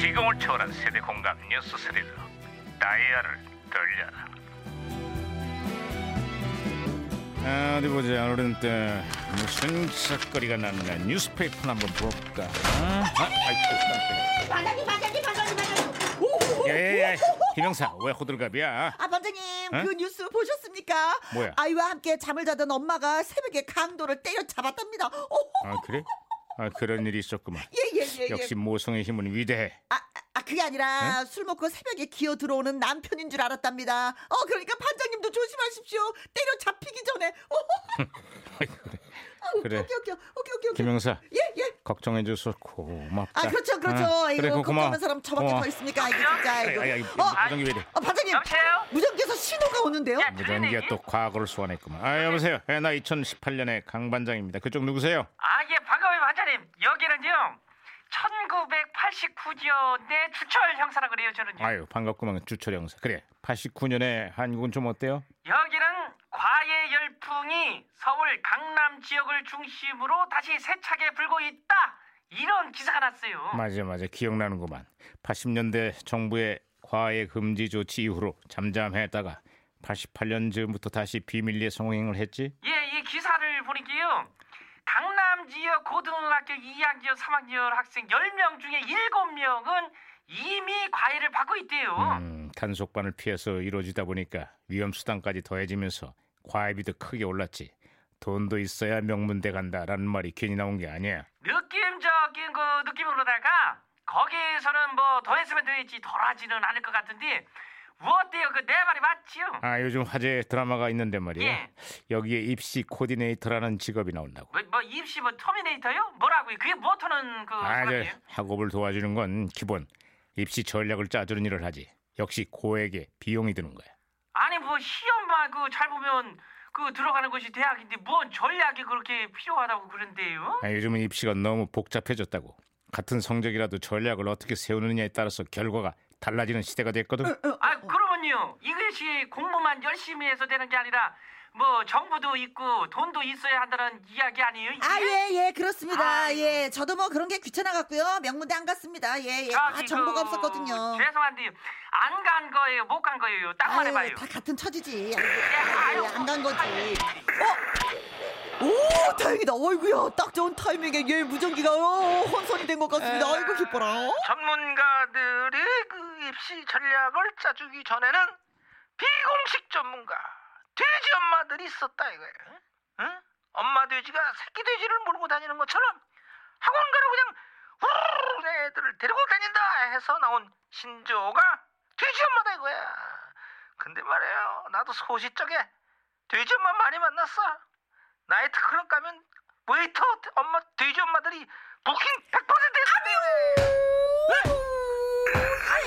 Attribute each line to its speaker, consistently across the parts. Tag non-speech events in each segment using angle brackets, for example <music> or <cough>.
Speaker 1: 시공을 초월한 세대 공감 뉴스 스릴러 다이아를 돌려라 아, 어디 보자 오랜 때 무슨 싹거리가 났나 뉴스페이퍼 한번 볼까 아, 아이고
Speaker 2: 반장님 반장님 반장님 반장님 오!
Speaker 1: 야야야 김영사 왜 호들갑이야
Speaker 2: 아 반장님
Speaker 1: 어?
Speaker 2: 그 뉴스 보셨습니까?
Speaker 1: 뭐야?
Speaker 2: 아이와 함께 잠을 자던 엄마가 새벽에 강도를 때려잡았답니다
Speaker 1: 아 그래? 아 그런 일이 있었구만
Speaker 2: 예예예
Speaker 1: 역시 모성의 힘은 위대해 <laughs>
Speaker 2: 아, 아 그게 아니라 술 먹고 새벽에 기어 들어오는 남편인 줄 알았답니다 어 그러니까 반장님도 조심하십시오 때려잡히기 전에 오,
Speaker 1: 그래
Speaker 2: 오케이
Speaker 1: 그래.
Speaker 2: 오케이 오케이 오케이 오케이
Speaker 1: 김영사
Speaker 2: 예예
Speaker 1: 걱정해줘서 고맙다
Speaker 2: 아 그렇죠 그렇죠
Speaker 1: 어,
Speaker 2: 이거
Speaker 1: 그래, 고마워.
Speaker 2: 걱정하는 사람 저밖에
Speaker 1: 고마워.
Speaker 2: 더 있습니까 이게 진짜 이거
Speaker 1: 아이, 아이, 아이,
Speaker 2: 어,
Speaker 1: 무전기 왜 이래
Speaker 2: 어 반장님
Speaker 3: 여보세요? 예.
Speaker 2: 무전기에서 신호가 오는데요
Speaker 3: 야,
Speaker 1: 무전기가
Speaker 3: 그러네.
Speaker 1: 또 과거를 소환했구만. 아 여보세요. 예, 나 2018년의 강 반장입니다. 그쪽 누구세요?
Speaker 3: 아, 예, 반가워요, 반장님. 여기는요, 1989년에 주철 형사라 그래요, 저는요.
Speaker 1: 아유 반갑구만 주철 형사. 그래. 89년에 한국은 좀 어때요?
Speaker 3: 여기는 과외 열풍이 서울 강남 지역을 중심으로 다시 세차게 불고 있다. 이런 기사가 났어요.
Speaker 1: 맞아 맞아 기억나는구만. 80년대 정부의 과외 금지 조치 이후로 잠잠했다가 88년 즈음부터 다시 비밀리에 성행을 했지.
Speaker 3: 예, 이 기사를 보니까요. 강남 지역 고등학교 2학년, 3학년 학생 10명 중에 7명은 이미 과외를 받고 있대요.
Speaker 1: 음, 단속반을 피해서 이루어지다 보니까 위험 수당까지 더해지면서 과외비도 크게 올랐지. 돈도 있어야 명문대 간다라는 말이 괜히 나온 게 아니야.
Speaker 3: 느낌적인 그 느낌으로다가 거기에서는 뭐 더 했으면 더했지 덜하지는 않을 것 같은데 뭐 어때요 그 내 말이 맞지요?
Speaker 1: 아 요즘 화제 드라마가 있는데 말이야
Speaker 3: 예.
Speaker 1: 여기에 입시 코디네이터라는 직업이 나온다고
Speaker 3: 뭐, 뭐 입시 뭐 터미네이터요? 뭐라고요? 그게 뭐 터는 그
Speaker 1: 아
Speaker 3: 사람이에요?
Speaker 1: 이제 학업을 도와주는 건 기본 입시 전략을 짜주는 일을 하지 역시 고액의 비용이 드는 거야
Speaker 3: 아니 뭐 시험만 그 잘 보면 그 들어가는 것이 대학인데 뭔 전략이 그렇게 필요하다고 그런데요?
Speaker 1: 아, 요즘은 입시가 너무 복잡해졌다고 같은 성적이라도 전략을 어떻게 세우느냐에 따라서 결과가 달라지는 시대가 됐거든
Speaker 2: 어,
Speaker 3: 아 그러면요 이것이 공부만 열심히 해서 되는 게 아니라 뭐 정보도 있고 돈도 있어야 한다는 이야기 아니에요? 이게?
Speaker 2: 아, 예, 예, 그렇습니다.
Speaker 3: 아유.
Speaker 2: 예, 저도 뭐 그런 게 귀찮아갖고요. 명문대 안 갔습니다. 예, 예. 아,
Speaker 3: 저기
Speaker 2: 정보가
Speaker 3: 그,
Speaker 2: 없었거든요.
Speaker 3: 죄송한데 안 간 거예요, 못 간 거예요. 딱
Speaker 2: 아유,
Speaker 3: 말해봐요. 예,
Speaker 2: 다 같은 처지지.
Speaker 3: 아유.
Speaker 2: 안 간 거지. 어? 오, 다행이다. 어이구야. 딱 좋은 타이밍에 예, 무전기가 어, 혼선이 된 것 같습니다. 아이고, 기뻐라.
Speaker 4: 전문가들이 그 입시 전략을 짜주기 전에는 비공식 전문가 돼지 엄마들이 있었다 이거예요. 응? 엄마 돼지가 새끼 돼지를 몰고 다니는 것처럼 학원 가로 그냥 우르르 내 애들을 데리고 다닌다 해서 나온 신조어가 돼지 엄마다 이거야. 근데 말이에요, 나도 소시적에 돼지 엄마 많이 만났어. 나이트 클럽 가면 웨이터 엄마 돼지 엄마들이 부킹 100%였는데.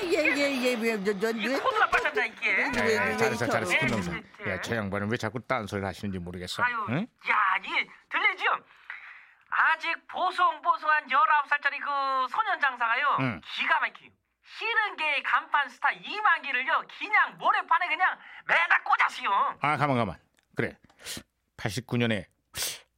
Speaker 2: 예, 예, 예. 왜, 저, 저,
Speaker 3: 이
Speaker 2: 왜?
Speaker 3: 코드 나빴다 이게.
Speaker 2: 왜, 왜, 왜
Speaker 1: 잘했어 잘했어
Speaker 2: 이렇게
Speaker 1: 김동사
Speaker 3: 하고.
Speaker 1: 야저 양반은 왜 자꾸 딴소리를 하시는지 모르겠어
Speaker 3: 아유,
Speaker 1: 응?
Speaker 3: 야, 이게 들리죠? 아직 보송보송한 19살짜리 그 소년 장사가요.
Speaker 1: 응.
Speaker 3: 기가 막혀요. 싫은 게 간판 스타 이만기를요. 그냥 모래판에 그냥 매다 꽂았어요.
Speaker 1: 아 가만 가만 그래 89년에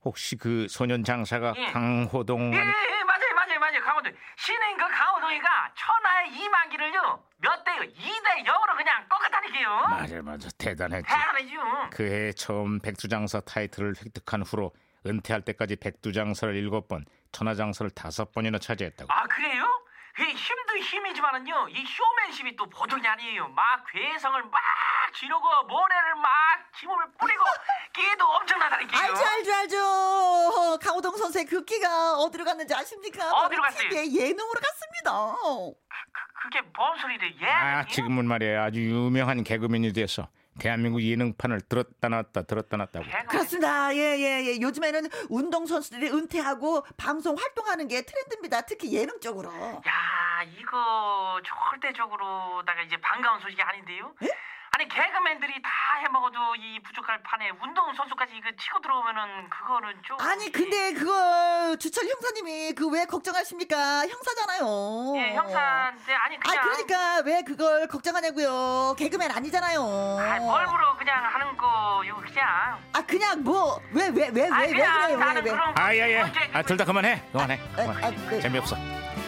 Speaker 1: 혹시 그 소년 장사가
Speaker 3: 예.
Speaker 1: 강호동
Speaker 3: 예,
Speaker 1: 아니-
Speaker 3: 예, 맞아요, 맞아요, 맞아요. 강호동. 신인 그 강호동이가 천하의 이만기를요. 몇 대요? 2대 0으로 그냥 꺾어 다니게요.
Speaker 1: 맞아 맞아 대단했지
Speaker 3: 대단하죠.
Speaker 1: 그해 처음 백두장사 타이틀을 획득한 후로 은퇴할 때까지 백두장사를 일곱 번 천하장사를 다섯 번이나 차지했다고
Speaker 3: 아 그래요? 그 힘도 힘이지만은요 이 쇼맨십이 또 보통이 아니에요 막 괴성을 막 지르고 모래를 막 기물을
Speaker 1: <laughs>
Speaker 3: 뿌리고 끼도 엄청나다는 게요
Speaker 2: 알죠, 알죠, 알죠. 강호동 선수의 그 끼가 어디로 갔는지 아십니까? 바로
Speaker 3: 어디로 갔어요?
Speaker 2: TV의 예능으로 갔습니다.
Speaker 3: 그, 그게 뭔 소리래 예?
Speaker 1: 아 지금은 말이야 아주 유명한 개그맨이 돼서 대한민국 예능판을 들었다 놨다 들었다 놨다고
Speaker 2: 그렇습니다. 예, 예, 예. 요즘에는 운동선수들이 은퇴하고 방송 활동하는 게 트렌드입니다. 특히 예능 쪽으로.
Speaker 3: 야 이거 절대적으로다가 이제 반가운 소식이 아닌데요
Speaker 2: 예?
Speaker 3: 아니 개그맨들이 다 해먹어도 이 부족할 판에 운동선수까지 이거 치고 들어오면은 그거는 좀
Speaker 2: 아니, 근데 그걸 주철 형사님이 그 왜 걱정하십니까? 형사잖아요.
Speaker 3: 예, 형사인데 아니
Speaker 2: 아,
Speaker 3: 그냥
Speaker 2: 그러니까 왜 그걸 걱정하냐고요. 개그맨 아니잖아요.
Speaker 3: 아이, 멀부로 그냥 하는 거요 그냥
Speaker 2: 아, 그냥 뭐, 왜, 왜, 왜, 왜, 왜
Speaker 3: 아니, 그냥
Speaker 2: 그래요?
Speaker 3: 나는
Speaker 2: 왜, 왜.
Speaker 3: 그런 거
Speaker 1: 예, 아야야
Speaker 3: 언제
Speaker 1: 아둘 다 그만해 그만해
Speaker 2: 아, 아,
Speaker 1: 그만해
Speaker 2: 그-
Speaker 1: 재미없어